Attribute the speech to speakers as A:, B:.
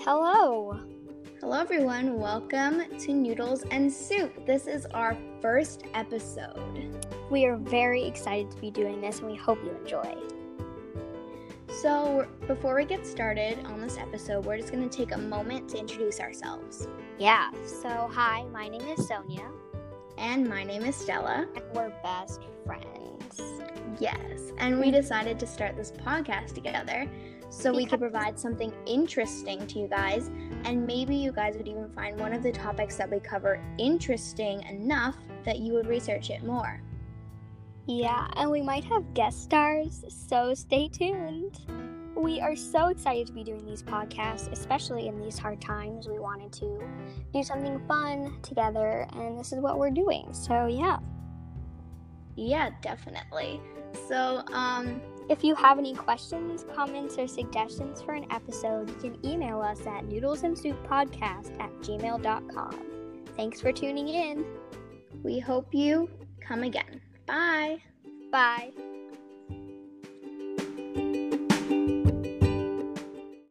A: Hello. Hello, everyone. Welcome to Noodles and Soup. This is our first episode.
B: We are very excited to be doing this and we hope you enjoy.
A: So, before we get started on this episode, we're just going to take a moment to introduce ourselves.
B: Yeah, so hi, my name is Sonia
A: And my name is Stella.
B: and we're best friends.
A: Yes, and we decided to start this podcast together so we could provide something interesting to you guys, and maybe you guys would even find one of the topics that we cover interesting enough that you would research it more.
B: Yeah, and we might have guest stars, so stay tuned. We are so excited to be doing these podcasts, especially in these hard times. We wanted to do something fun together, and this is what we're doing. So, yeah,
A: Yeah, definitely. So, um,
B: if you have any questions, comments, or suggestions for an episode, you can email us at noodlesandsouppodcast at gmail.com. Thanks for tuning in.
A: we hope you come again. Bye.
B: Bye.